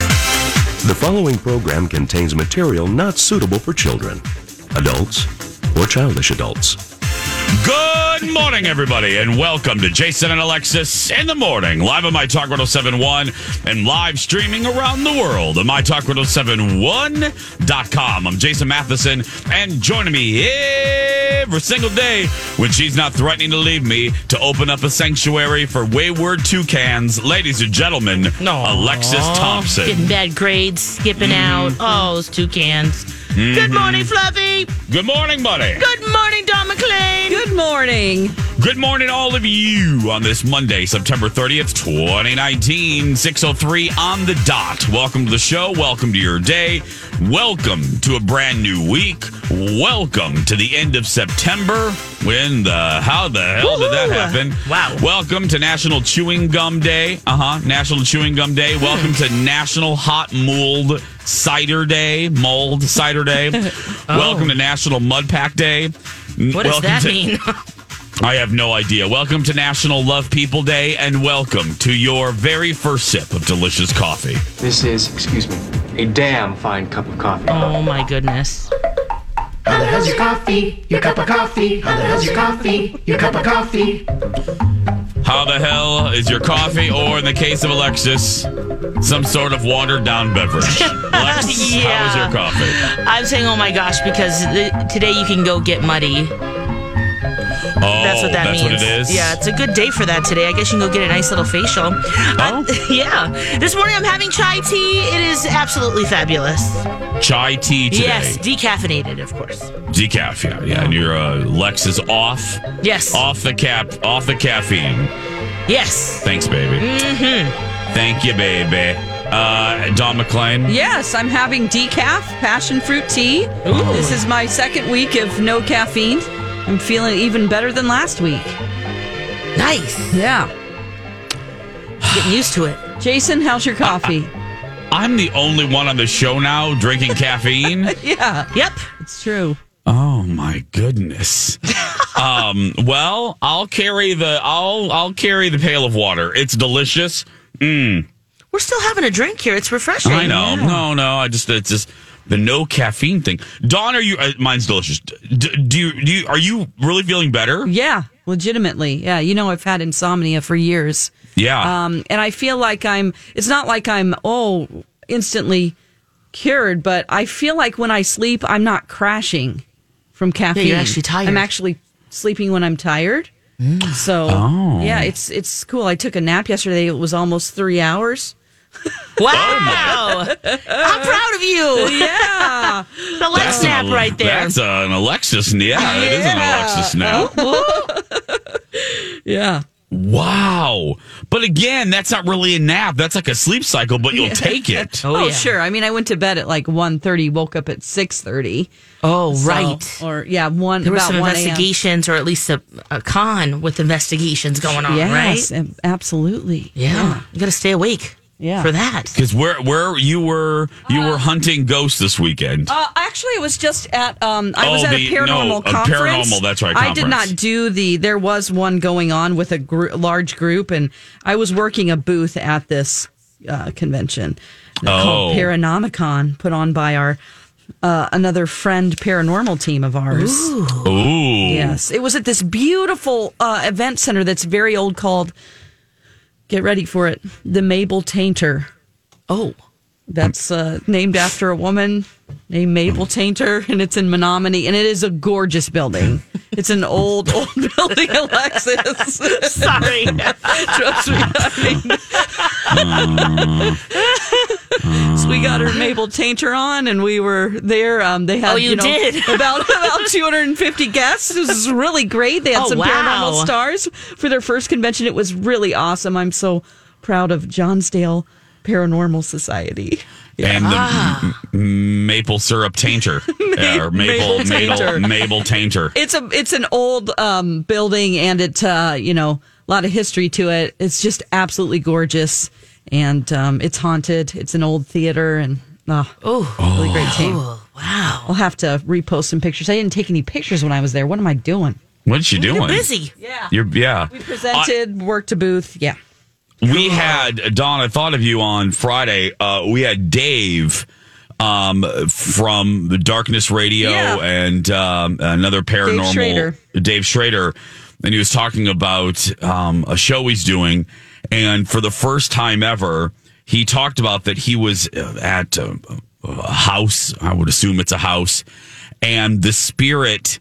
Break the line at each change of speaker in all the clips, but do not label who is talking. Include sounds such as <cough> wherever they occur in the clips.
The following program contains material not suitable for children, adults, or childish adults.
Good morning, everybody, and welcome to Jason and Alexis in the morning, live on My Talk 1071 and live streaming around the world at MyTalk1071.com. I'm Jason Matheson, and joining me every single day when she's not threatening to leave me to open up a sanctuary for wayward toucans, ladies and gentlemen, Alexis
Getting
Thompson.
bad grades, skipping
Mm.
out. Oh, those two cans. Good
Mm-hmm.
morning, Fluffy.
Good morning, buddy.
Good morning, Don McLean.
Good morning.
Good morning, all of you, on this Monday, September 30th, 2019, 603 on the dot. Welcome to the show. Welcome to your day. Welcome to a brand new week. Welcome to the end of September. When the how the hell did that happen?
Wow.
Welcome to National Chewing Gum Day. Uh huh. National Chewing Gum Day. Welcome
Hmm.
to National Hot Mold Cider Day. Mold Cider
<laughs>
Day. Welcome to National Mud Pack Day.
Oh. What
Welcome
does that
to-
mean? <laughs>
I have no idea. Welcome to National Love People Day and welcome to your very first sip of delicious coffee.
This is, excuse me, a damn fine cup of coffee.
oh my goodness.
How the hell is your coffee, or in the case of Alexis, some sort of watered down
<laughs>
beverage? Alexis, how is
Yeah.
your coffee?
I'm saying, oh my gosh, because the, today you can go get muddy.
Oh,
That's what that
that's
means.
what it is?
Yeah, it's a good day for that today. I guess you can go get a nice little facial. I-
Oh.
<laughs> yeah. This morning I'm having chai tea. It is absolutely fabulous.
Chai tea today.
Yes, decaffeinated, of course.
Decaf, yeah. Yeah, and your uh, Lex is off.
Yes.
Off the cap, off the caffeine.
Yes.
Thanks, baby. Mm-hmm. Thank you, baby. Uh, Don McLean.
Yes, I'm having decaf passion fruit tea. This is my second week of no caffeine. I'm feeling even better than last week.
Nice.
Yeah.
Getting used to it.
Jason, how's your coffee?
I'm the only one on the show now drinking
<laughs>
caffeine.
yeah,
Yep.
it's true.
Oh my goodness. um, well, I'll carry the I'll I'll carry the pail of water. It's delicious.
We're still having a drink here. It's
Oh,
refreshing.
I know. No, no. I just it's just the no caffeine thing. Dawn, are you? Uh, mine's delicious. D- do you? Do you? Are you really feeling better?
Yeah, legitimately. Yeah, you know, I've had insomnia for years.
Yeah.
Um, and I feel like I'm, it's not like I'm, oh, instantly cured, but I feel like when I sleep, I'm not crashing from caffeine.
actually tired. Mm.
I'm actually sleeping when I'm tired. So,
Oh.
yeah, it's, it's cool. I took a nap yesterday. It was almost three hours.
Wow.
Oh,
<laughs> I'm proud of you.
Yeah.
The leg
That's
snap
an-
right there.
That's an Alexis. Yeah, it is an
Yeah. Oh,
Alexis now. <laughs>
yeah.
Wow. But again, that's not really a nap. That's like a sleep cycle, but you'll take
<laughs>
it.
Oh,
yeah.
sure. I mean, I went to bed at like 1.30, woke up at 6.30.
oh,
So-
right.
Or, yeah, one,
there were
about
some
1 a.m.
investigations, or at least a, a con with investigations going on,
Yes,
right?
ab- absolutely.
Yeah. You got to stay awake
Yeah.
for that.
Because where where you were you were hunting ghosts this weekend.
Uh, actually, it was just at um, I was
Oh,
at a
the- no,
paranormal
a
conference.
paranormal, that's right,
I did
conference.
not do the. There was one going on with a gr- large group, and I was working a booth at this uh, convention
Oh.
called Paranomicon, put on by our uh, another friend paranormal team of ours.
Ooh.
Yes, it was at this beautiful uh, event center that's very old called. Get ready for it, the Mabel Tainter.
Oh,
that's uh, named after a woman named Mabel Tainter, and it's in Menominee, and it is a gorgeous building. It's an old, old building, Alexis.
Sorry.
Trust me. I mean- so we got her Mabel Tainter on, and we were there. Um, they had
Oh, you
know,
did.
<laughs>
<laughs>
about about 250 guests. This is really great. They had
Oh,
some
wow.
paranormal stars for their first convention. It was really awesome. I'm so proud of Johnsdale Paranormal Society.
And the
Ah.
m- m- maple syrup
<laughs>
tainter. Yeah, or maple,
maple
maple,
tainter.
maple tainter.
It's a it's an old um, building, and it uh, you know a lot of history to it. It's just absolutely gorgeous, and um, it's haunted. It's an old theater, and oh, really great team.
Oh, wow.
I'll have to repost some pictures. I didn't take any pictures when I was there. What am I doing?
What's she doing?
You're busy.
Yeah,
You're, yeah.
we presented, worked a booth. Yeah,
We had Don. I thought of you on Friday. Uh, we had Dave um, from the Darkness Radio
Yeah.
and um, another paranormal
Schrader.
Dave Schrader, and he was talking about um, a show he's doing, and for the first time ever, he talked about that he was uh, at a, a house. I would assume it's a house, and the spirit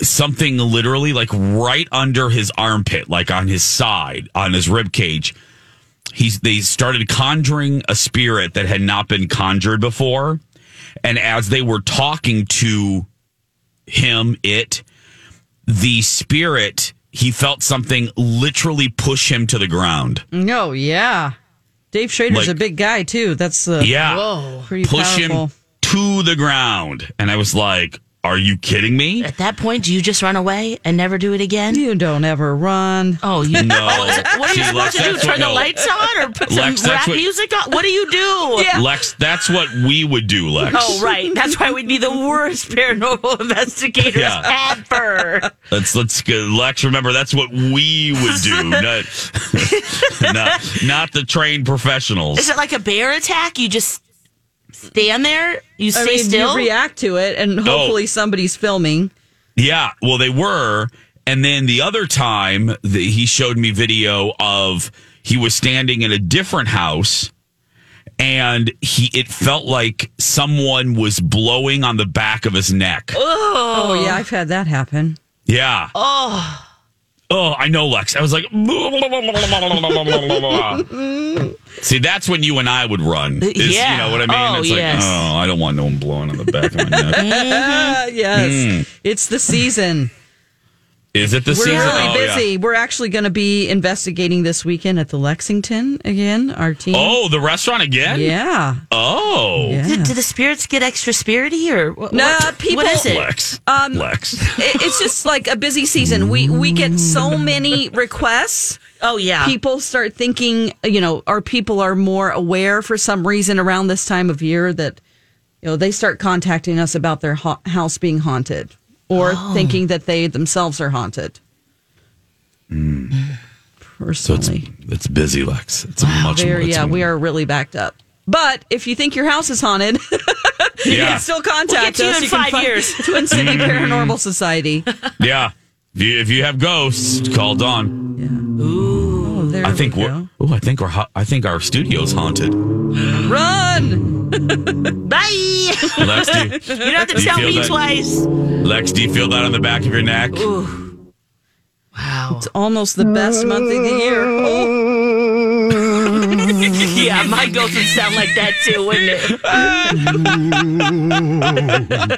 something literally like right under his armpit, like on his side, on his rib cage. He's they started conjuring a spirit that had not been conjured before, and as they were talking to him, it the spirit he felt something literally push him to the ground.
no, yeah. Dave Schrader's
Like-
a big guy too. That's uh,
Yeah.
pretty
Push him
powerful.
to the ground. And I was like, Are you kidding me?
At that point, do you just run away and never do it again?
You don't ever run.
Oh,
<laughs>
you
No.
<laughs> What are
See,
you
Lex,
supposed to do?
that's what-
Turn the
no.
lights on or
<laughs>
put
Lex,
some
that's
rap
what-
music on? What do you
<laughs>
do?
Lex, that's what we would do, Lex.
<laughs> Oh, right. That's why we'd be the worst paranormal <laughs> investigators
Yeah.
ever.
Let's let's go, Lex. Remember, that's what we would
<laughs>
do, not <laughs> not, not the trained
Is
professionals.
it like a bear attack? You just stand there, you
I
stay
mean,
still.
you react to it, and hopefully somebody's filming.
Yeah, well, they were, and then the other time the, he showed me video of he was standing in a different house, and he it felt like someone was blowing on the back of his neck.
Oh yeah, I've had that happen.
Yeah. Oh. Oh, I know, Lex. I was like, <laughs> see, that's when you and I would run. Is-
Yeah.
You know what I mean?
Oh,
it's like,
yes.
oh, I don't want no one blowing on the back of my
<laughs>
neck.
Uh,
Ah, yes, it's the season.
Is it the
We're
season?
really
oh, yeah.
busy. We're actually going to be investigating this weekend at the Lexington again. Our team.
Oh, the restaurant again?
yeah.
Oh.
Yeah.
Did, do the spirits get extra spirity or what,
Nah,
what-
people-
what is it?
Lex.
Um,
Lex.
It- it's just like a busy season. We we get so many requests.
Oh yeah.
People start thinking, you know, our people are more aware for some reason around this time of year that, you know, they start contacting us about their ha- house being haunted or thinking that they themselves are haunted.
So it's,
Personally.
it's busy, Lex. It's much
Very-
more. it's-
yeah, we are really backed up. But if you think your house is haunted, <laughs> you
Yeah.
can still contact
We'll get to you
us.
in
can
five
find
years.
Twin City Paranormal Society.
yeah. If you, if you have ghosts, call Dawn.
Oh, there
I think
we
we're.
go.
Oh, I think our. I think our studio's haunted.
<laughs>
Run!
Bye. You
Lex, do
<laughs>
you,
don't have to
Do you
tell
feel
me
that?
twice.
Lex, do you feel that on the back of your neck?
Wow.
It's almost the best month of the year. Oh,
yeah, my ghost would sound like that too, wouldn't it?
<laughs>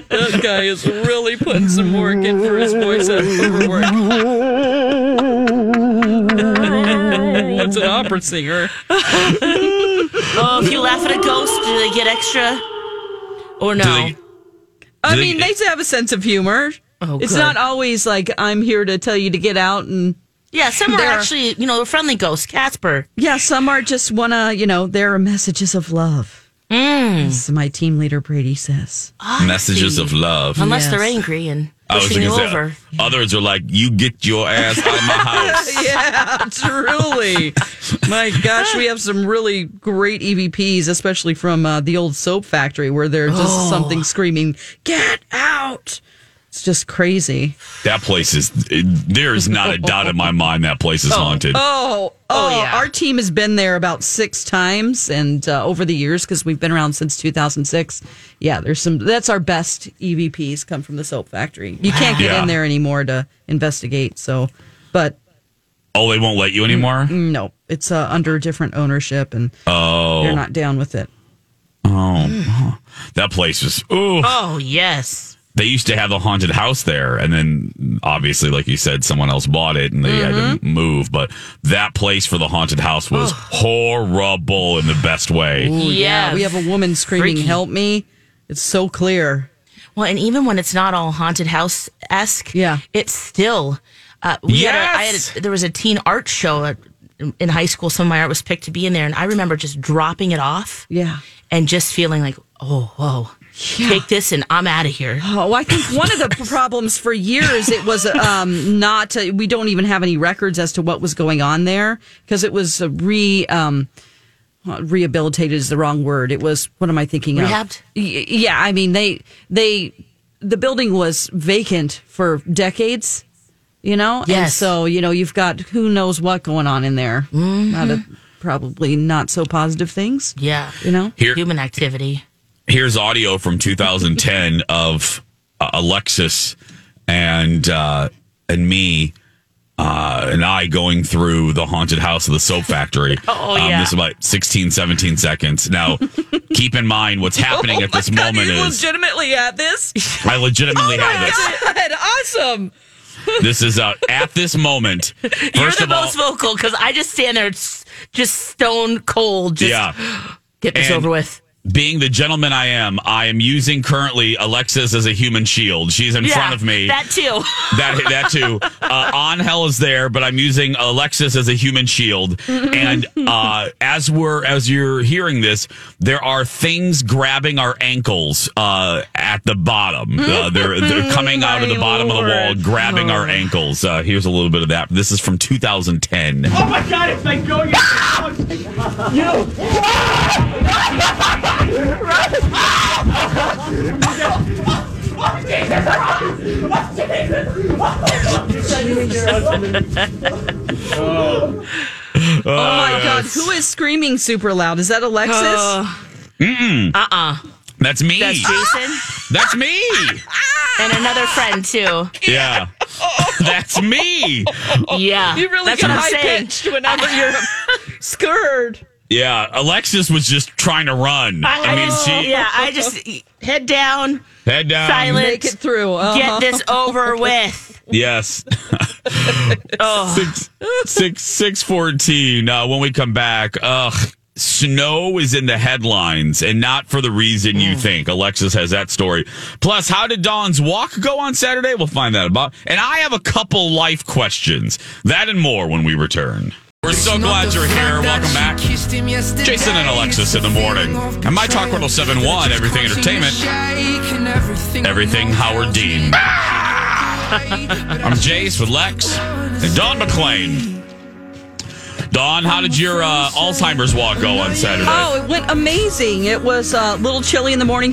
that guy is really putting some work in for his voiceover work. <laughs> That's an opera singer.
<laughs> Oh, if you laugh at a ghost, do they get extra? Or no?
Do they-
I
Do they-
mean, they have a sense of humor.
Oh,
it's
good.
not always like I'm here to tell you to get out and
yeah, some are
They're-
actually, you know, a friendly ghost, Casper.
Yeah, some are just wanna, you know, there are messages of love.
Mm.
As my team leader
<laughs>
Brady says. <laughs>
messages of love.
Unless
Yes.
they're angry and
I was
pushing you
gonna say, uh,
over.
others are like, you get your ass out of my
<laughs>
house.
yeah, truly. my gosh, we have some really great EVPs, especially
Oh.
from uh, the old soap factory, where there's just something screaming, "Get out!" It's just crazy.
That place is. There is not a doubt in my mind that place is haunted.
Oh, oh,
yeah.
Our team has been there about six times, and uh, over the years because we've been around since 2006. Yeah, there's some. That's our best EVPs come from the soap factory. You can't get
Yeah.
in there anymore to investigate. So, but
Oh, they won't let you anymore.
no, it's uh, under different ownership, and they're not down with it.
That place is. Ooh.
Oh yes.
They used to have a haunted house there, and then obviously, like you said, someone else bought it and they
Mm-hmm.
had to move. But that place for the haunted house was horrible in the best way.
yeah.
we have a woman screaming,
Freaky.
"Help me!" It's so clear.
Well, and even when it's not all haunted house esque,
Yeah.
it's still. Uh, we had a, I
Yes!
had a, there was a teen art show at, in high school. Some of my art was picked to be in there, and I remember just dropping it off
Yeah.
and just feeling like, oh, whoa, take this and I'm out of
<gasps>
here.
Oh, I think one of the <laughs> problems for years it was um, not. Uh, we don't even have any records as to what was going on there because it was a re um, well, rehabilitated is the wrong word. It was what am I thinking?
Rehabbed?
Of? Y- Yeah, I mean they they the building was vacant for decades. You know, and
Yes.
so you know you've got who knows what going on in there.
Mm-hmm.
Not a, probably not so positive things.
Yeah,
You know,
Here-
human activity.
here's audio from 2010 of uh, Alexis and uh, and me uh, and I going through the haunted house of the soap factory.
<laughs>
Um,
Oh, yeah.
This is about 16, 17 seconds.
<laughs>
Now, keep in mind what's happening at
Oh
this moment is
legitimately at this.
I legitimately have this.
<laughs> God, awesome.
This is uh, at this moment. 1st
<laughs> You're the
of all,
most vocal because I just stand there, s- just stone cold. Just
yeah.
get this
And-
over with.
Being the gentleman I am, I am using currently Alexis as a human shield. She's in
yeah,
front of me.
That too.
<laughs> That that too. Uh, Angel is there, but I'm using Alexis as a human
<laughs>
shield. And uh, as we're as you're hearing this, there are things grabbing our ankles uh, at the bottom.
<laughs>
Uh, they're they're coming out of the bottom of the wall, grabbing our ankles. Uh, here's a little bit of that. This is from 2010.
Oh, my God. Who is screaming super loud? Is that Alexis?
Uh,
That's me.
That's Jason
That's me.
and another friend too.
<laughs> Yeah. <laughs> That's me.
Yeah, that's what I'm saying.
whenever
<laughs>
you're scared.
Yeah. Alexis was just trying to run. I, mean, she
yeah, I just head down,
head down.
silent,
Make it through. uh-huh.
get this <laughs> over with.
Yes.
Oh,
six six six fourteen. Uh, when we come back, ugh, snow is in the headlines, and not for the reason you think. Alexis has that story. Plus, how did Dawn's walk go on Saturday? We'll find out about. And I have a couple life questions. That and more when we return. We're so glad you're here. Welcome back. Jason and Alexis in the morning. And my talk 1071, everything entertainment. Everything Howard Dean. I'm Jace with Lex and Don McClain. Don, how did your uh, Alzheimer's walk go on Saturday?
<laughs> Oh, it went amazing. It was a little chilly in the morning,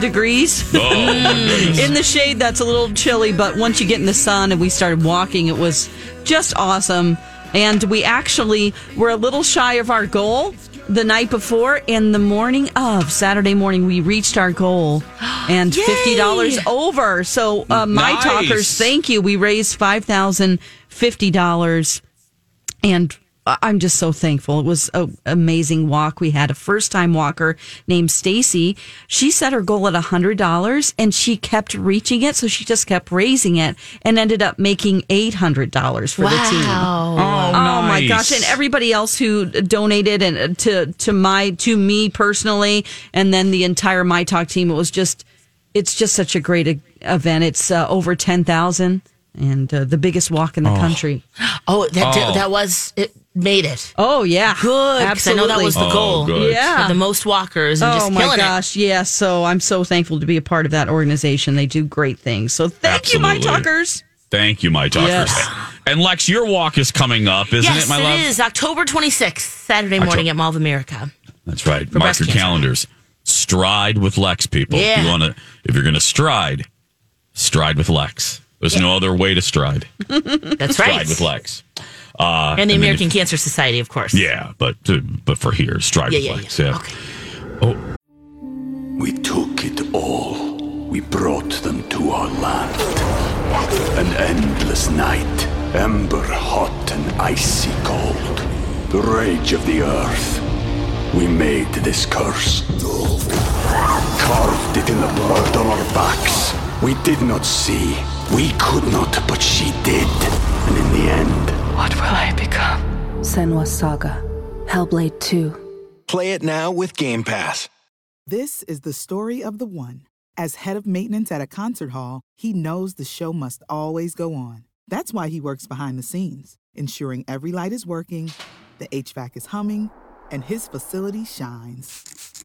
<laughs>
degrees.
Oh,
in the shade, that's a little chilly, but once you get in the sun and we started walking, it was just awesome. And we actually were a little shy of our goal the night before. And the morning of Saturday morning, we reached
<gasps>
our goal and $50 over. So, uh, my
Nice.
talkers, thank you. We raised $5,050 and I- I'm just so thankful. It was an amazing walk. We had a first time walker named Stacy. She set her goal at $100 and she kept reaching it. So she just kept raising it and ended up making $800 for the team.
Oh,
Oh my gosh! And everybody else who donated and uh, to to my to me personally, and then the entire my talk team. It was just, it's just such a great e- event. It's uh, over ten thousand and uh, the biggest walk in the country.
oh, that
Oh.
that was it. Made it
Oh yeah,
good. 'cause I know that was the
Oh,
goal.
good.
Yeah.
For the most walkers and
Oh
just
my
killing it.
gosh, yeah. So I'm so thankful to be a part of that organization. They do great things. So thank you, my
Absolutely.
talkers.
Thank you, my talkers.
Yes.
And Lex, your walk is coming up, isn't
yes,
it, my love?
it is October 26th, Saturday morning at Mall of America.
That's right. Mark
breast
your
cancer.
calenders. Stride with Lex, people. If
Yeah.
you want to, if you're going to stride, Stride with Lex. There's no other way to stride.
That's
Stride
right.
with Lex. Uh,
And the
then
American
if-
Cancer Society, of course.
Yeah, but but for here, stride
Yeah,
with
yeah,
Lex.
yeah.
Yeah. Oh,
Okay.
We took it all. We brought them to our land. An endless night, ember hot and icy cold. The rage of the earth. We made this curse. Carved it in the blood on our backs. We did not see. We could not, but she did. And in the end,
What will I become? Senwa Saga. Hellblade 2.
Play it now with Game Pass.
This is the story of the one. As head of maintenance at a concert hall, he knows the show must always go on. That's why he works behind the scenes, ensuring every light is working, the HVAC is humming, and his facility shines.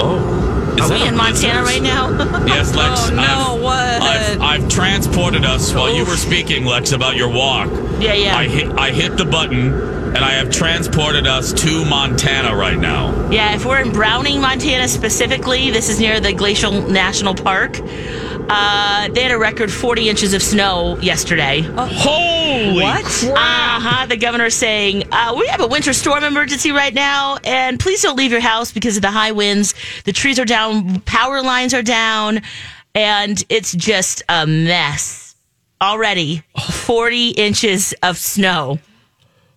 Oh. Is
Are
that
we
a
in Montana
blizzard?
right now?
Yes, Lex.
Oh, no,
I've,
what?
I've, I've transported us while you
Oof.
were speaking, Lex, about your walk.
yeah, yeah.
I hit I hit the button, and I have transported us to Montana right now.
Yeah, if we're in Browning, Montana specifically, this is near the Glacial National Park. Uh, they had a record 40 inches of snow yesterday.
Oh, Holy
What?
crap!
Uh-huh. The governor's saying, uh, we have a winter storm emergency right now, and please don't leave your house because of the high winds. The trees are down, power lines are down, and it's just a mess. Already 40 inches of snow.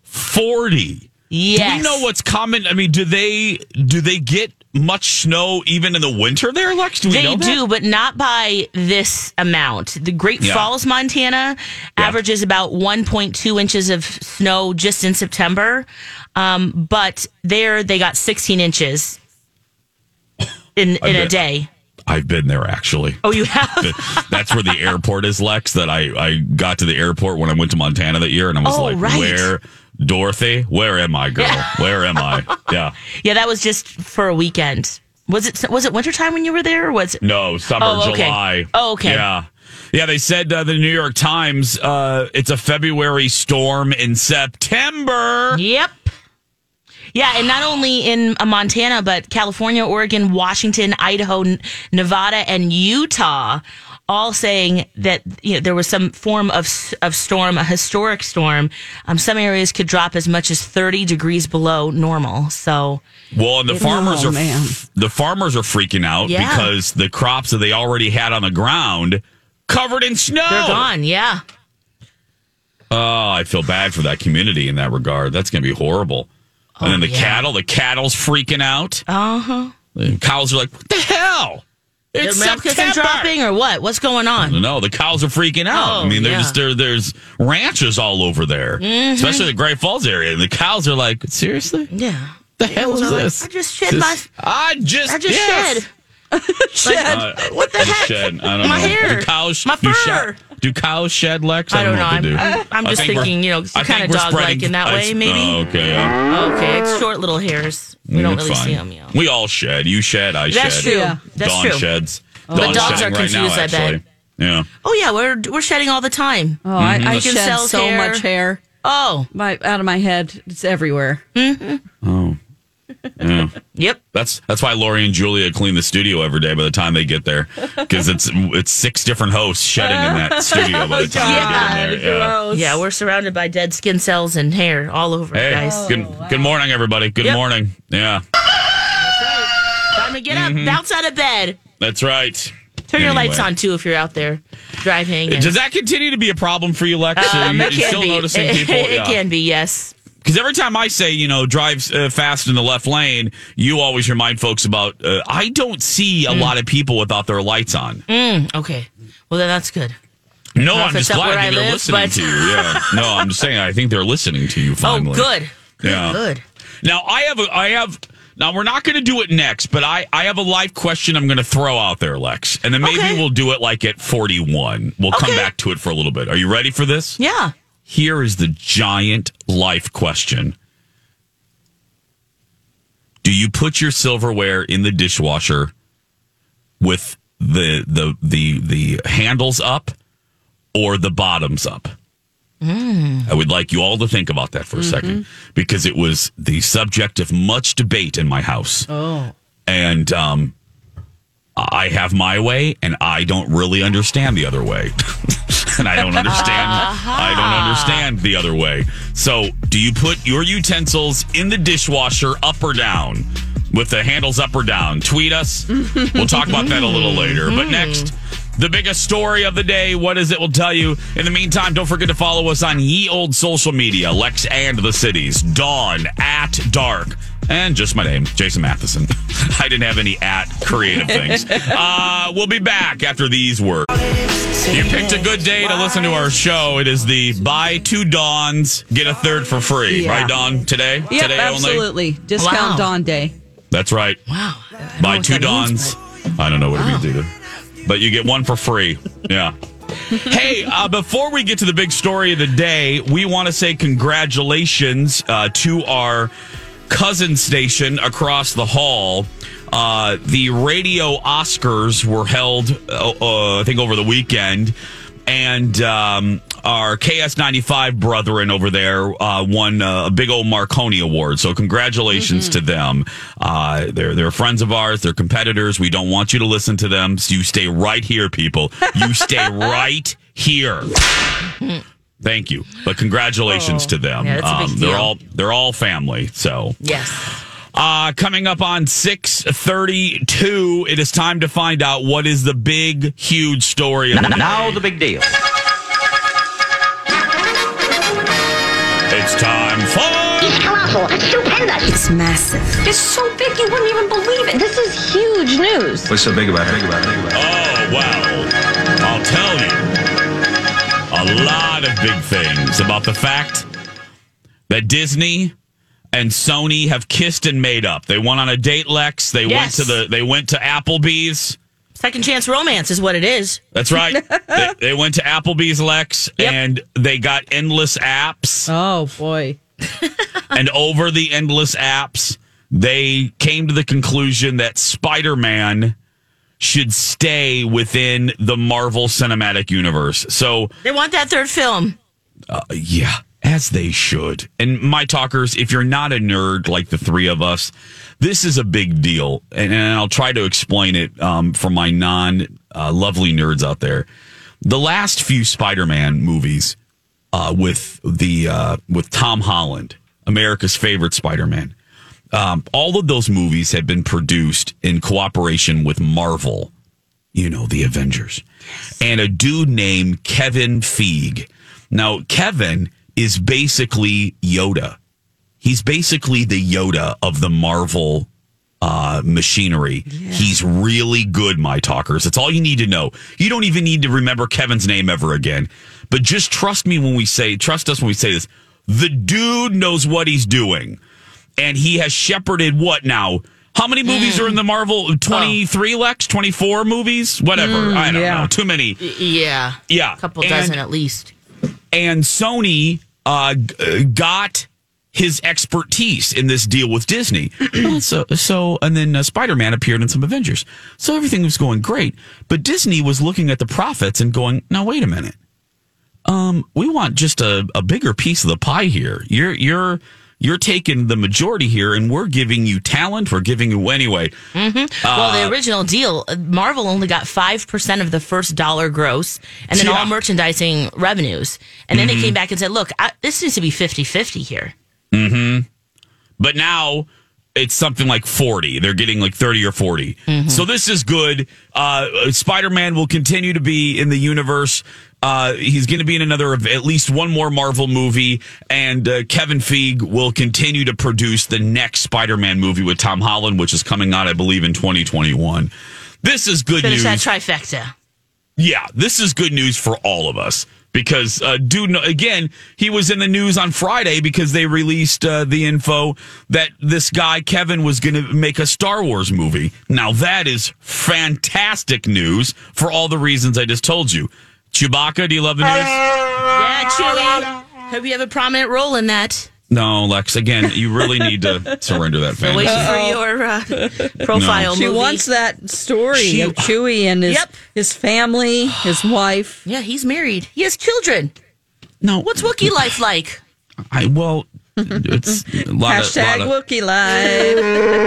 Forty.
Yes.
Do we know what's common? I mean, do they do they get much snow even in the winter there, Lex? Do we
They
know that?
do, but not by this amount. The Great
Yeah.
Falls, Montana,
Yeah.
averages about 1.2 inches of snow just in September. Um, but there, they got 16 inches in in a
bet.
day.
I've been there actually.
Oh, you have?
<laughs>
<laughs>
That's where the airport is, Lex. That I, I got to the airport when I went to Montana that year, and I was
Oh,
like,
right.
"Where, Dorothy? Where am I, girl? Where am
<laughs>
I?" Yeah,
yeah, that was just for a weekend. Was it was it wintertime when you were there? Or was it?
no, summer,
Oh, okay.
July.
Oh, okay.
Yeah, yeah. They said uh, the New York Times. Uh, it's a February storm in September.
Yep. Yeah, and not only in uh, Montana, but California, Oregon, Washington, Idaho, N- Nevada, and Utah, all saying that you know there was some form of s- of storm, a historic storm. Um, some areas could drop as much as thirty degrees below normal. So
Well, and the farmers
Oh,
are
man.
the farmers are freaking out
Yeah.
because the crops that they already had on the ground covered in snow.
they're gone. Yeah,
Oh, I feel bad for that community in that regard. That's going to be horrible. and then the
Oh, yeah.
cattle, the cattle's freaking out. Uh huh. The cows are like, what the hell? It's
their milk isn't
September."
dropping, or what? What's going on?
No, the cows are freaking out.
Oh,
I mean, they're
yeah. Mm-hmm.
just there. There's ranches all over there, especially the Great Falls area. And the cows are like, seriously, what
Yeah,
the hell is this?
I just shed
This-
my
I just,
I just
yes.
shed. Shed. <laughs> what the
I just
heck?
shed. I don't
My
know.
hair.
Do cows,
My
do
fur.
shed- do cows shed Lex?
I don't know.
if they
I'm, I'm, I'm
I
just
think we're-
thinking, you know,
I think
kind of
we're
dog like
spreading-
in that
I-
way, maybe.
Oh, okay.
Okay, it's short little hairs. We
You're
don't really
Mm, fine.
see them, yeah.
We all shed. You shed. I
That's
shed.
true.
Yeah.
That's
Dawn
true.
sheds.
But dogs
shedding
are confused, I bet.
actually. Yeah.
Oh yeah, we're we're shedding all the time.
Oh, I,
Mm-hmm.
I
You can
shed
sell
so
hair.
much hair
Oh,
my, out of my head. It's everywhere.
yep.
That's that's why Lori and Julia clean the studio every day. By the time they get there, because it's it's six different hosts shedding in that studio
<laughs>
by the time they get in there. Yeah.
Yeah, we're surrounded by dead skin cells and hair all over,
Hey,
guys.
good good morning, everybody. Good
Oh, Yep.
morning. Yeah,
Time to get up, bounce out of bed,
that's right.
turn your
Mm-hmm. Anyway.
lights on too if you're out there driving. and-
Does that continue to be a problem for you, Lex? Are
Um,
you,
it
you
can
still
be.
noticing
<laughs> it,
people?
it
Yeah.
can be. Yes.
Because every time I say, you know, drive uh, fast in the left lane, you always remind folks about, uh, I don't see
Mm.
a lot of people without their lights on.
Okay. Well, then that's good.
No,
Mm. if
I'm
it's
just
up
glad
where I
that they're
live,
listening
but-
to you.
<laughs>
Yeah. No, I'm just saying, I think they're listening to you finally.
Oh, good. Good.
Yeah.
Good.
Now, I have, a, I have, now we're not going to do it next, but I, I have a live question I'm going to throw out there, Lex. And then maybe
Okay.
we'll do it like at 41. We'll come
Okay.
back to it for a little bit. Are you ready for this?
Yeah.
Here is the giant life question. Do you put your silverware in the dishwasher with the the the the handles up or the bottoms up. I would like you all to think about that for a second because it was the subject of much debate in my house.
Oh.
And um, I have my way, and I don't really understand the other way. <laughs> and I don't understand. I don't understand the other way. So, do you put your utensils in the dishwasher up or down? With the handles up or down. Tweet us. We'll talk about that a little later. But next, the biggest story of the day. What is it? We'll tell you. In the meantime, don't forget to follow us on ye old social media, Lex and the Cities, Dawn at Dark, and just my name, Jason Matheson. <laughs> I didn't have any at creative
<laughs>
things. uh, we'll be back after these words. You picked a good day to listen to our show. It is the buy two dawns, get a third for free.
Yeah.
Right, Dawn? Today?
Yep,
today only?
absolutely. Discount
Wow.
Dawn Day.
That's right. Wow. Buy
what
two
that means, Oh.
dons. I don't know what it means either. But you get one for free.
<laughs>
Yeah. hey, uh, before we get to the big story of the day, we want to say congratulations uh, to our cousin station across the hall. Uh, the radio Oscars were held, uh, uh, I think, over the weekend. And um, our KS95 brethren over there uh, won uh, a big old Marconi award. So, congratulations
Mm-hmm.
to them. Uh, they're, they're friends of ours, they're competitors. We don't want you to listen to them. So you stay right here, people. You
<laughs>
stay right here. Thank you. But congratulations to them.
Hmm.
Um,
Oh. yeah, that's a big
they're
deal.
all they're all family. So
Yes.
uh, coming up on 632, it is time to find out what is the big, huge story of the
Now the big deal.
It's time for...
colossal. It's stupendous.
It's massive.
It's so big you wouldn't even believe it. This is huge news.
What's so big about it? Big about it. Big about it.
Oh, wow. I'll tell you a lot of big things about the fact that Disney and Sony have kissed and made up. They went on a date, Lex. They
Yes.
went to the... They went to Applebee's.
Second chance romance is what it is.
That's right. they, they went to Applebee's, Lex,
Yep.
and they got endless apps.
Oh boy.
and over the endless apps, they came to the conclusion that Spider Man should stay within the Marvel Cinematic Universe. So,
They want that third film.
yeah, as they should. And my talkers, if you're not a nerd like the three of us, this is a big deal. And, and I'll try to explain it um, for my non uh, lovely nerds out there. The last few Spider Man movies uh, with the uh, with Tom Holland, America's favorite Spider Man. Um, all of those movies have been produced in cooperation with Marvel, you know, the Avengers, and a dude named Kevin Feige. Now, Kevin is basically Yoda. He's basically the Yoda of the Marvel uh, machinery. He's really good, my talkers. That's all you need to know. You don't even need to remember Kevin's name ever again. But just trust me when we say, trust us when we say this. The dude knows what he's doing. And he has shepherded what now? How many movies are in the Marvel? 23, Lex? 24 movies? Whatever. I don't know. Too many.
Yeah.
Yeah.
A couple
And-
dozen at least.
and Sony uh, g- got his expertise in this deal with Disney. Well, so, so, and then uh, Spider Man appeared in some Avengers. So everything was going great, but Disney was looking at the profits and going, "Now wait a minute, um, we want just a, a bigger piece of the pie here. You're you're you're taking the majority here, and we're giving you talent. We're giving you anyway."
well, the original deal, uh, Marvel only got 5% of the first dollar gross and then
Yeah.
all merchandising revenues. And then they came back and said, look, I, this needs to be 50 50 here.
but now it's something like 40 they're getting like 30 or 40
Mm-hmm.
so this is good uh, spider-man will continue to be in the universe uh, he's going to be in another of at least one more marvel movie and uh, kevin feige will continue to produce the next spider-man movie with tom holland which is coming out i believe in 2021 this is good news
Finish that trifecta.
yeah, this is good news for all of us because uh, dude, no- again, he was in the news on Friday because they released uh, the info that this guy Kevin was going to make a Star Wars movie. Now that is fantastic news for all the reasons I just told you.
Uh.
Chewbacca, do you love the news?
Yeah, Chewie. Hope you have a prominent role in that.
No, Lex. Again, you really need to
<laughs>
surrender that
We're
fantasy.
waiting for your uh, profile.
She
movie.
wants that story
She-
of Chewie and his
Yep.
his family, his wife.
Yeah, he's married. He has children.
No.
What's Wookiee life like?
I well, it's a lot of, lot
Hashtag
of-
Wookiee life.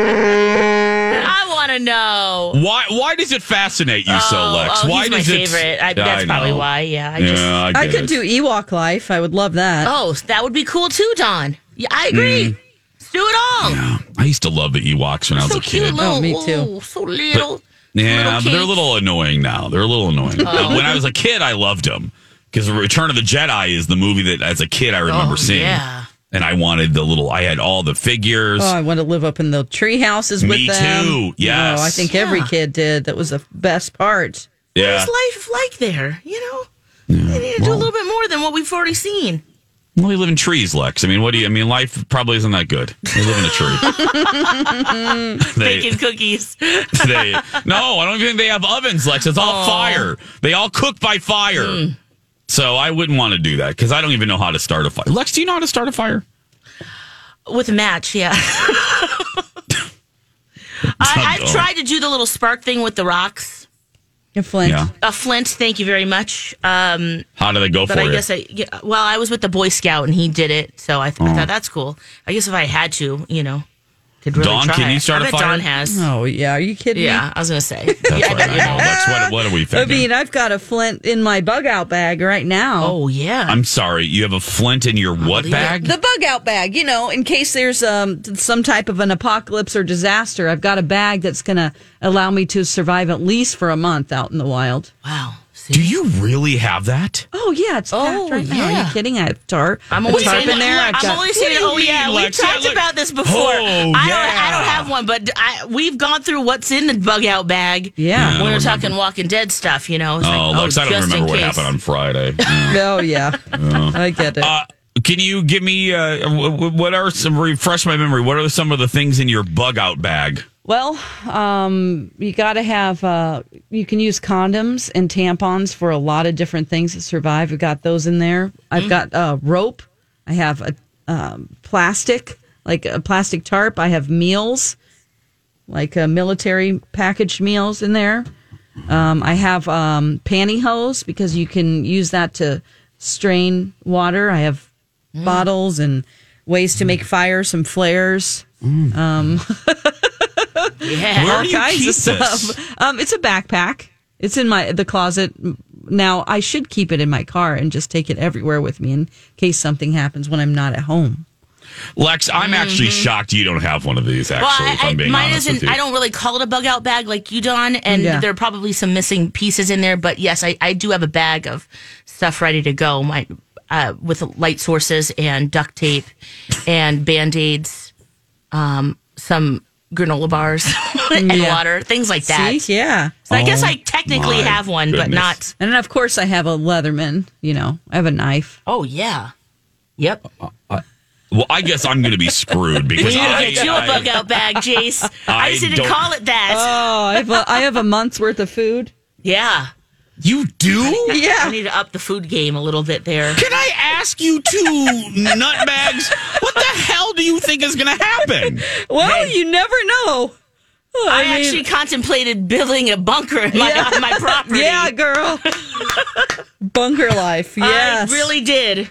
I want to know.
Why? Why does it fascinate you so,
Oh,
Lex?
oh,
why
he's my
does it?
favorite. I- that's probably
know.
why, yeah, I
yeah,
just-
I,
I
get
could
it.
do Ewok life. I would love that.
Oh, that would be cool too, Don. Yeah, I agree. Let's do it all.
I used to love the Ewoks when I was
so
a kid.
cute, little.
Oh, me too.
ooh, so little.
Yeah,
Little
but they're a
cakes.
little annoying now. They're a little annoying.
Oh.
When I was a kid, I loved them because Return of the Jedi is the movie that, as a kid, I remember
Oh,
seeing.
yeah. Uh,
And I wanted the little. I had all the figures.
Oh, I want to live up in the tree houses with
Me
them.
too. Yes.
Oh, I think every kid did. That was the best part.
yeah.
What's life like there? You know, they need to do a little bit more than what we've already seen.
Well, we live in trees, Lex. I mean, what do you? I mean, life probably isn't that good. We live in a tree.
<laughs>
<laughs>
Baking cookies.
they, no, I don't even think they have ovens, Lex. It's all fire. They all cook by fire.
Hmm.
So I wouldn't want to do that because I don't even know how to start a fire. Lex, do you know how to start a fire?
With a match, yeah. <laughs> I, I've
dumb.
tried to do the little spark thing with the rocks.
And Flint.
Yeah.
A flint, thank you very much. Um,
How do they go
but
for
I
it?
guess I, yeah, well, I was with the Boy Scout and he did it, so I, th-
Oh.
I thought that's cool. I guess if I had to, you know, could really
Dawn,
try.
can you start
I
a
bet
fire?
Dawn has.
Oh yeah, are you kidding me?
Yeah, uh, I was gonna say.
<laughs> That's right. I know, Lex. What, what are
<laughs>
we
I
thinking?
mean, I've got a Flint in my bug out bag right now.
oh yeah.
I'm sorry. You have a flint in your what
believe it.
bag?
The bug out bag, you know, in case there's um, some type of an apocalypse or disaster, I've got a bag that's going to allow me to survive at least for a month out in the wild.
wow. See?
Do you really have that?
Oh, yeah, it's
Oh,
packed right now. Are
yeah.
you kidding? I have tar-
I'm
a
always
tarp
saying,
in there. I've
I'm
got-
always saying,
What do you
oh
mean,
<laughs>
yeah,
Lex?
we've
Yeah,
talked
look-
about this before.
Oh,
I don't, I don't
yeah.
have one, but I, we've gone through what's in the bug out bag.
Yeah. Oh, Yeah, I
when
don't
we're
remember.
talking Walking Dead stuff, you know. It's
Oh,
like,
Lex, I don't
just in
remember what
case.
happened on Friday. Yeah.
<laughs>
Oh, yeah. I get it.
Uh, can you give me uh, w- w- what are some refresh my memory? What are some of the things in your bug out bag?
Well, um, you got to have, uh, you can use condoms and tampons for a lot of different things to survive. We've got those in there. I've got uh, rope. I have a um, plastic, like a plastic tarp. I have meals, like uh, military packaged meals in there. Um, I have um, pantyhose because you can use that to strain water. I have bottles and ways to make fire, some flares.
Yeah.
Where do you
kinds
keep
of
this?
stuff. Um, it's a backpack. It's in my the closet now. I should keep it in my car and just take it everywhere with me in case something happens when I'm not at home.
Lex, I'm actually shocked you don't have one of these. Actually,
Mm-hmm. well,
if I'm
I, I,
being
mine
honest with
isn't.
you.
I don't really call it a bug out bag like you, Don, and
Yeah.
there are probably some missing pieces in there. But yes, I, I do have a bag of stuff ready to go. My uh, with light sources and duct tape and band aids, um, some granola bars <laughs> and
Yeah.
water, things like that.
See, yeah,
So I guess
Oh,
I technically
my
have one, but
goodness.
not.
and then of course I have a Leatherman. You know, I have a knife.
Oh yeah. Yep.
Well, I guess I'm going to be screwed
We
because
need to
I,
get <laughs> you
I-
a bug out bag, Jace. I,
<laughs> I
just didn't
don't-
call it that.
Oh, I have a, I have a month's worth of food.
yeah.
you
<laughs>
do.
I
Yeah,
need to up the food game a little bit there.
Can I ask you two nutbags? What the hell do you think is going to happen?
well, you never know. Oh,
I,
mean-
actually contemplated building a bunker in my, on my <laughs> property.
Yeah, girl. <laughs> Bunker life. Yes.
I really did.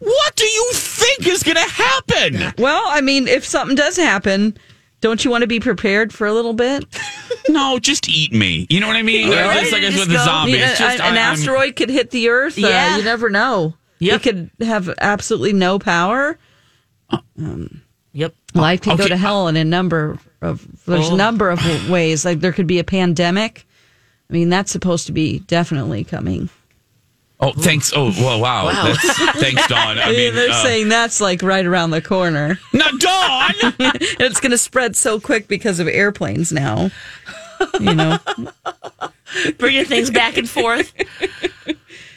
What do you think is going to happen?
Well, I mean, if something does happen, don't you want to be prepared for a little bit?
No, just eat me. You know what I mean?
Yeah.
Just like I was with the
Just go.
zombies.
Yeah,
Just,
an
I- I'm-
asteroid could hit the Earth. uh,
Yeah.
you never know. You
Yep.
could have absolutely no power.
Yep.
Life can go
Okay.
to hell in a number of there's
Oh.
a number of ways. Like there could be a pandemic. I mean, that's supposed to be definitely coming.
Oh, thanks. Oh, well, wow. That's, thanks, Don. I mean,
They're
uh,
saying that's like right around the corner. <laughs>
now, Dawn.
it's going to spread so quick because of airplanes now. You <laughs> know.
Bringing things back and <laughs> forth.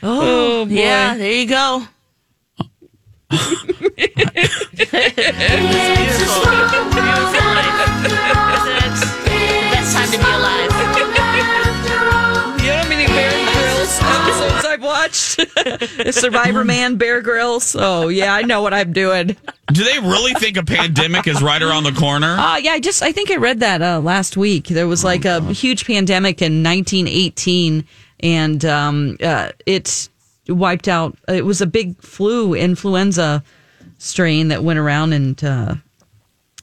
Oh, yeah. There you go. it's beautiful. Beautiful life. Isn't it? The best time to be alive.
<laughs> You know how many Bear Grylls episodes I've watched? Survivor Man, Bear Grylls. Oh yeah, I know what I'm doing.
Do they really think a pandemic is right around the corner?
Uh, yeah, I just I think I read that uh, last week. There was like a huge pandemic in 1918, and um, uh, it wiped out. It was a big flu influenza strain that went around, and uh,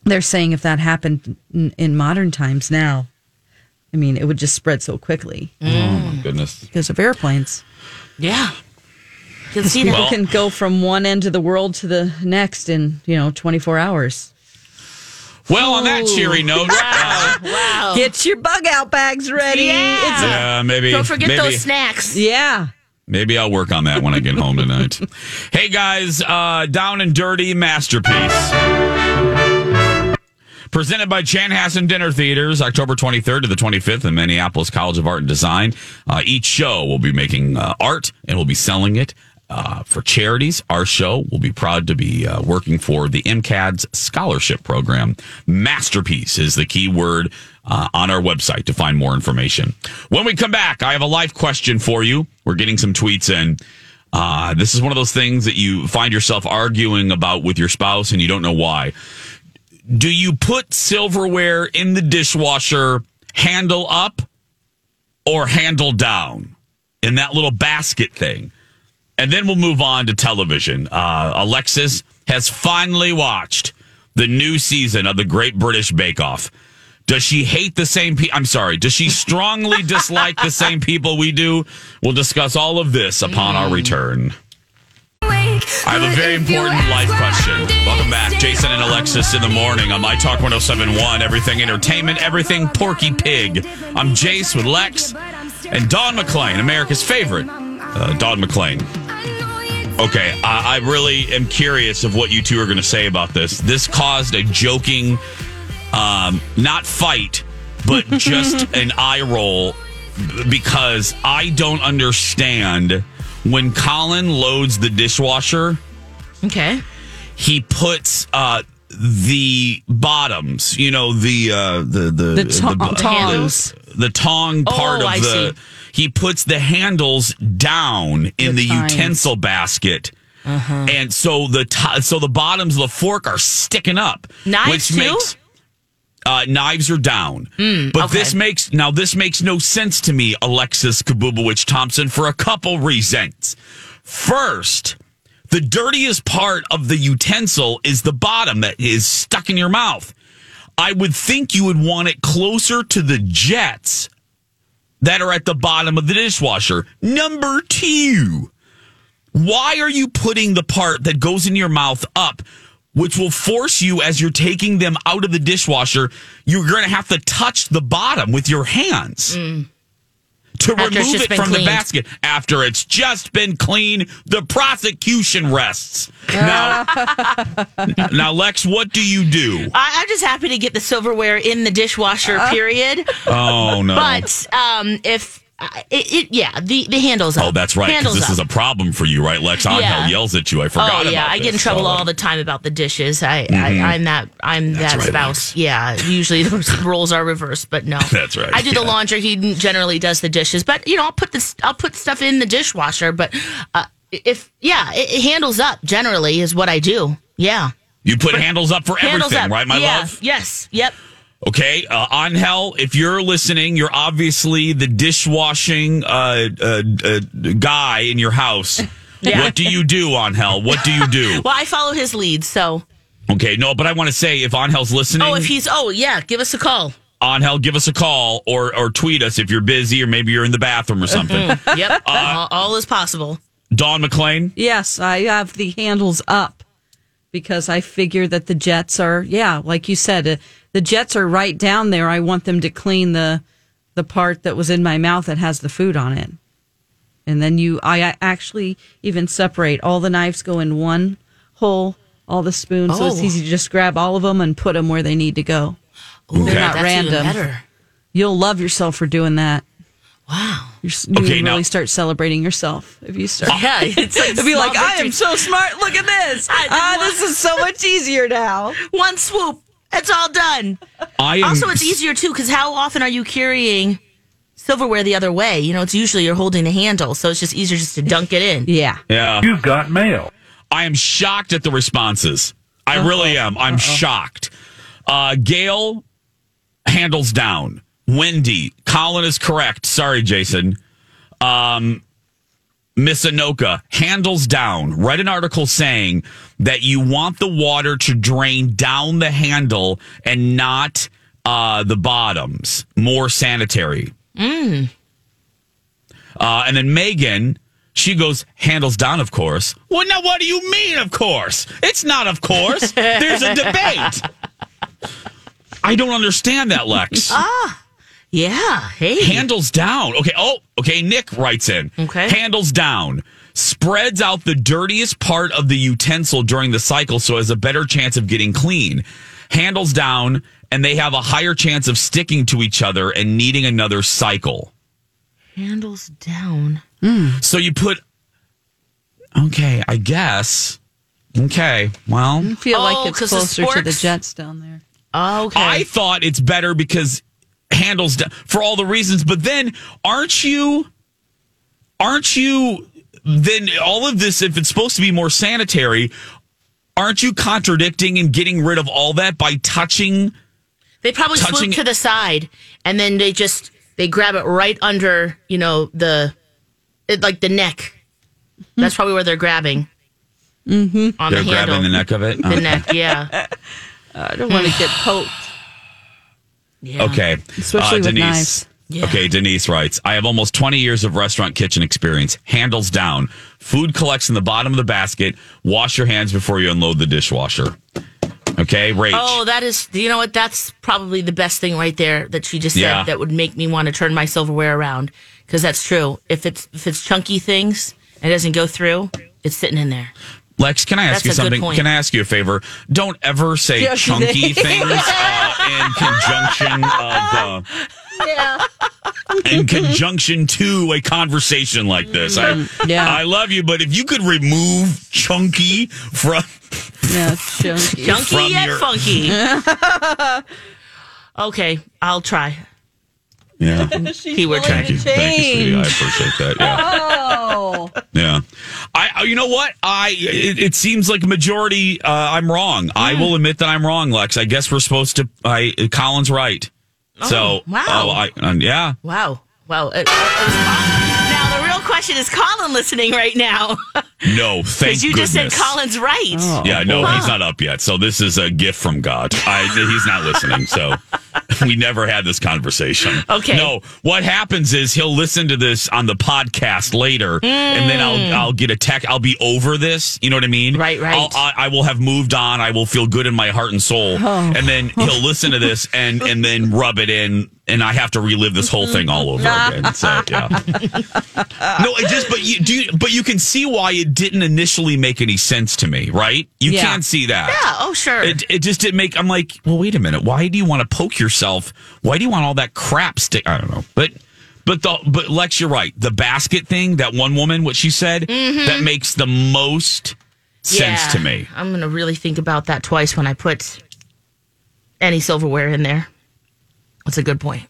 they're saying if that happened in, in modern times now, I mean, it would just spread so quickly
Oh my goodness.
because of airplanes.
<laughs> Yeah. You'll see
People
that.
can go from one end of the world to the next in you know 24 hours.
Well, on that cheery note, uh,
wow.
Get your bug out bags ready. It's
yeah, maybe
Don't forget
maybe-
those snacks.
Yeah.
Maybe I'll work on that when I get home tonight. hey guys, uh, Down and Dirty Masterpiece. Presented by Chanhassen Dinner Theaters, October 23rd to the 25th in Minneapolis College of Art and Design. Uh, each show will be making uh, art and we'll be selling it uh, for charities. Our show will be proud to be uh, working for the MCAD's scholarship program. Masterpiece is the key word uh, on our website to find more information. When we come back, I have a live question for you. We're getting some tweets in. Uh, this is one of those things that you find yourself arguing about with your spouse and you don't know why. Do you put silverware in the dishwasher handle up or handle down in that little basket thing? And then we'll move on to television. Uh, Alexis has finally watched the new season of the Great British Bake Off. Does she hate the same people? I'm sorry. Does she strongly dislike the same people we do? We'll discuss all of this upon our return. I have a very important life question. Welcome back, Jason and Alexis in the morning on My Talk 1071, Everything Entertainment, Everything Porky Pig. I'm Jace with Lex and Don McClain, America's favorite. Uh, Don McClain. Okay, uh, I, I really am curious of what you two are going to say about this. This caused a joking, um, not fight, but just an eye roll b- because I don't understand when Colin loads the dishwasher
Okay.
he puts uh the bottoms, you know, the uh the the
The tong- tongs.
the, the tong
Oh,
part of
I
the
see.
he puts the handles down in the,
tines.
utensil basket.
Uh-huh.
And so the to- so the bottoms of the fork are sticking up,
Knives too? Hmm,
uh, knives are down. but
okay.
this makes now this makes no sense to me, Alexis Kabubowicz Thompson, for a couple reasons. First, the dirtiest part of the utensil is the bottom that is stuck in your mouth. I would think you would want it closer to the jets that are at the bottom of the dishwasher. Number two, why are you putting the part that goes in your mouth up, which will force you as you're taking them out of the dishwasher, you're going to have to touch the bottom with your hands to
After it's
remove
just
it
been
from the
cleaned.
basket after it's just been clean. The prosecution rests. Now, now, <laughs> Lex, what do you do?
I, I'm just happy to get the silverware in the dishwasher. Period.
Oh no!
But um, if I- it, it, yeah, the the handles. Up.
oh, that's right. 'cause
Handles
this
up.
is a problem for you, right, Lex? Angel
Yeah.
yells at you. I forgot.
Oh yeah,
about
I get in
this,
trouble
so, uh,
all the time about the dishes. I, I I'm that I'm that
right,
spouse. Yeah, usually <laughs> the roles are reversed, but no,
<laughs> That's right,
I do the
yeah.
laundry. He generally does the dishes, but you know I'll put this I'll put stuff in the dishwasher. But uh, if yeah, it, it handles up generally is what I do. Yeah,
You
<laughs>
put handles up for
handles
everything,
up.
right, my
yeah.
love?
Yes. Yep.
Okay, uh, Angel, if you're listening, you're obviously the dishwashing uh, uh, uh, guy in your house.
<laughs> Yeah.
What do you do, Angel? What do you
<laughs>
do?
Well, I follow his lead, so
okay, no, but I want to say if Angel's listening,
oh, if he's oh yeah, give us a call.
Angel, give us a call or, or tweet us if you're busy or maybe you're in the bathroom or
<laughs>
something.
Yep, all, all is possible.
Don McLean,
Yes, I have the handles up because I figure that the jets are yeah, like you said, uh, the jets are right down there. I want them to clean the the part that was in my mouth that has the food on it. And then you I a- actually even separate all the knives go in one hole, all the spoons, so it's
Oh.
easy to just grab all of them and put them where they need to go.
Ooh,
Okay.
not
that's
random.
Even better.
You'll love yourself for doing that.
uh,
Wow.
You're, s- you
Okay,
really
now-
start celebrating yourself if you start.
Yeah,
<laughs>
it's like
It'd be
small
like, I am
victories.
so smart. Look at this.
I did
Ah,
one-
this is so much easier now.
one swoop. It's all done.
I am
Also, it's easier too because how often are you carrying silverware the other way. You know, it's usually you're holding the handle, so it's just easier just to dunk it
<laughs>
in.
Yeah.
Yeah.
You've got mail.
I am shocked at the responses. I really am. I'm shocked. Uh, Gail handles down. Wendy, Colin is correct. Sorry, Jason. Um, Miss Anoka handles down. Read an article saying that you want the water to drain down the handle and not uh, the bottoms. More sanitary.
Mm.
Uh, and then Megan, she goes, handles down, of course. Well, now what do you mean, of course? It's not, of course. There's a debate. I don't understand that, Lex.
Ah, yeah. Hey.
Handles down. Okay. Oh, okay. Nick writes in. Okay. Handles down. Spreads out the dirtiest part of the utensil during the cycle so has a better chance of getting clean. Handles down, and they have a higher chance of sticking to each other and needing another cycle.
Handles down.
So you put. Okay, I guess. Okay, well.
I feel like it's
Oh, 'cause the
closer to the
sporks-
Jets down there.
Oh, okay.
I thought it's better because handles down for all the reasons, but then aren't you aren't you then all of this if it's supposed to be more sanitary, aren't you contradicting and getting rid of all that by touching
They probably
touching
swoop
it-
to the side and then they just they grab it right under, you know, the it, like the neck. That's probably where they're grabbing.
Mm-hmm.
On the handle.
neck of it?
The neck, <laughs> yeah.
I don't want to get poked.
Okay. Uh,
Especially with
Denise.
knives. Yeah.
Okay, Denise writes I have almost 20 years of restaurant kitchen experience. Handles down. Food collects in the bottom of the basket. Wash your hands before you unload the dishwasher. Okay, Rach.
Oh, that is you know what? That's probably the best thing right there that she just said
Yeah.
that would make me want to turn my silverware around because that's true. If it's if it's chunky things and it doesn't go through, it's sitting in there.
Lex, can I ask
That's
you
a good
something?
point.
Can I ask you a favor? Don't ever say
Yes,
chunky
they-
<laughs>
things uh, in conjunction of
Yeah.
uh, in conjunction to a conversation like this.
<laughs>
I,
Yeah.
I love you, but if you could remove chunky from
Yeah, it's chunky.
Chunky
From
yet
your- <laughs>
funky. okay, I'll try. <laughs>
yeah,
Keyword try.
thank you, thank you, sweetie. I appreciate that. Yeah.
<laughs>
Oh.
Yeah, I. oh, You know what? I. It, it seems like majority. Uh, I'm wrong.
Hmm.
I will admit that I'm wrong, Lex. I guess we're supposed to. I. Colin's right. so.
wow.
Oh, I. um, yeah.
Wow. Wow. It- it was Colin. now the real question is Colin listening right now? <laughs>
No. Thank
Because you
goodness. Oh.
just said Colin's right.
Yeah. No,
Huh.
he's not up yet. So this is a gift from God. I. He's not listening. So. <laughs> We never had this conversation.
Okay.
No, what happens is he'll listen to this on the podcast later, and then I'll I'll get a tech. I'll be over this. You know what I mean? Right, right. I'll, I, I will have moved on. I will feel good in my heart and soul,
Oh.
and then he'll listen to this and and then rub it in, and I have to relive this whole thing all over again. So yeah. No, it just but you do you, but you can see why it didn't initially make any sense to me, right? You
Yeah.
can see that.
Yeah, oh, sure.
It, it just didn't make. I'm like, well, wait a minute. Why do you want to poke yourself? Why do you want all that crap stick? I don't know, but. But the but Lex, you're right. The basket thing, that one woman, what she said,
Mhm.
that makes the most sense
Yeah.
to me.
I'm going to really think about that twice when I put any silverware in there. That's a good point.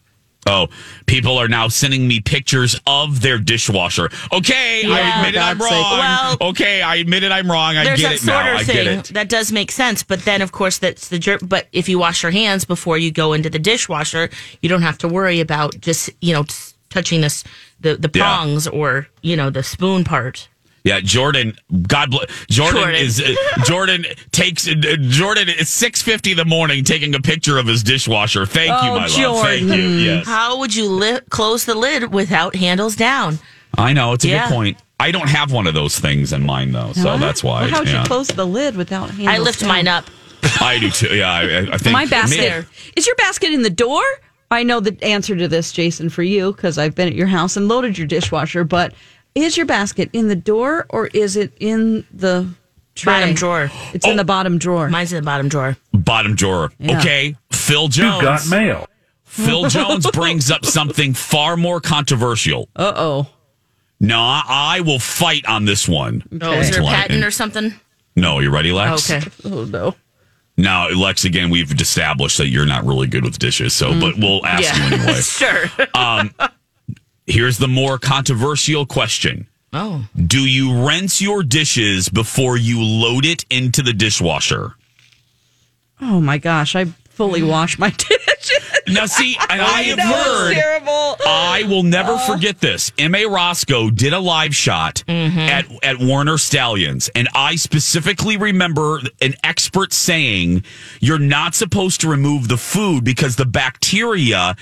Oh, people are now sending me pictures of their dishwasher. Okay,
Yeah.
I admit it, I'm
For God's sake.
wrong.
Well-
okay, I admit it, I'm wrong. I
There's
get
that
it now.
sorter
I
thing
get it.
that does make sense, but then of course that's the jerk. But if you wash your hands before you go into the dishwasher, you don't have to worry about just you know t- touching this the the
Yeah.
prongs or you know the spoon part.
Yeah, Jordan. God bless. Jordan,
Jordan.
is uh, Jordan takes uh, Jordan. It's six fifty in the morning, taking a picture of his dishwasher. Thank you,
Oh,
my love. Thank you. Yes,
How would you li- close the lid without handles down?
I know it's a
Yeah.
good point. I don't have one of those things in mine though, so that's why.
Well, how would
yeah.
you close the lid without handles?
I lift mine up.
<laughs> I do too. Yeah, I, I- I think
My basket.
Maybe-
Is your basket in the door? I know the answer to this, Jason, for you, because I've been at your house and loaded your dishwasher, but is your basket in the door or is it in the tray?
Bottom drawer.
It's in the
Oh.
bottom drawer.
Mine's in the bottom drawer.
bottom drawer.
Yeah.
Okay, Phil Jones.
got mail.
Phil Jones brings up something far more controversial.
Uh oh.
No, I, I will fight on this one.
Oh, is there a
Enlighten-
patent or something?
No, you ready, Lex?
Okay.
<laughs> Oh no.
Now, Lex, again, we've established that you're not really good with dishes, so but we'll ask you anyway.
sure.
Um, Here's the more controversial question.
Oh.
Do you rinse your dishes before you load it into the dishwasher?
Oh my gosh, I fully wash my <laughs> dishes.
Now, see, and I,
I
have
know, it's
heard.
terrible.
I will never forget this. M.A. Roscoe did a live shot at, at Warner Stallions, and I specifically remember an expert saying, You're not supposed to remove the food because the bacteria.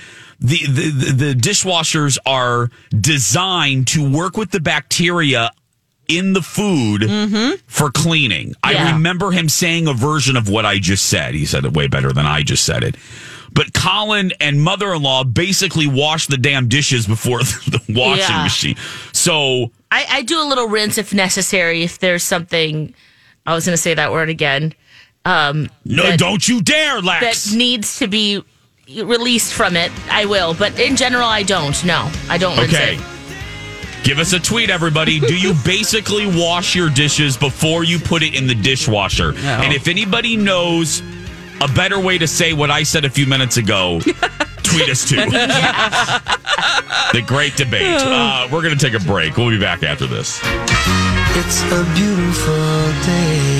The, the the- the dishwashers are designed to work with the bacteria in the food
Mm-hmm.
for cleaning. I
Yeah.
remember him saying a version of what I just said. He said it way better than I just said it. But Colin and mother in law basically wash the damn dishes before <laughs> the washing
Yeah.
machine. So
I, I do a little rinse if necessary. If there's something, I was going to say that word again. Um,
no,
that-
don't you dare, Lex.
That needs to be released from it. I will, but in general, I don't. No, I don't. Rinse
okay.
it.
Give us a tweet, everybody. Do you basically wash your dishes before you put it in the dishwasher? And if anybody knows a better way to say what I said a few minutes ago, tweet us too. the great debate. Uh, we're going to take a break. We'll be back after this.
It's a beautiful day.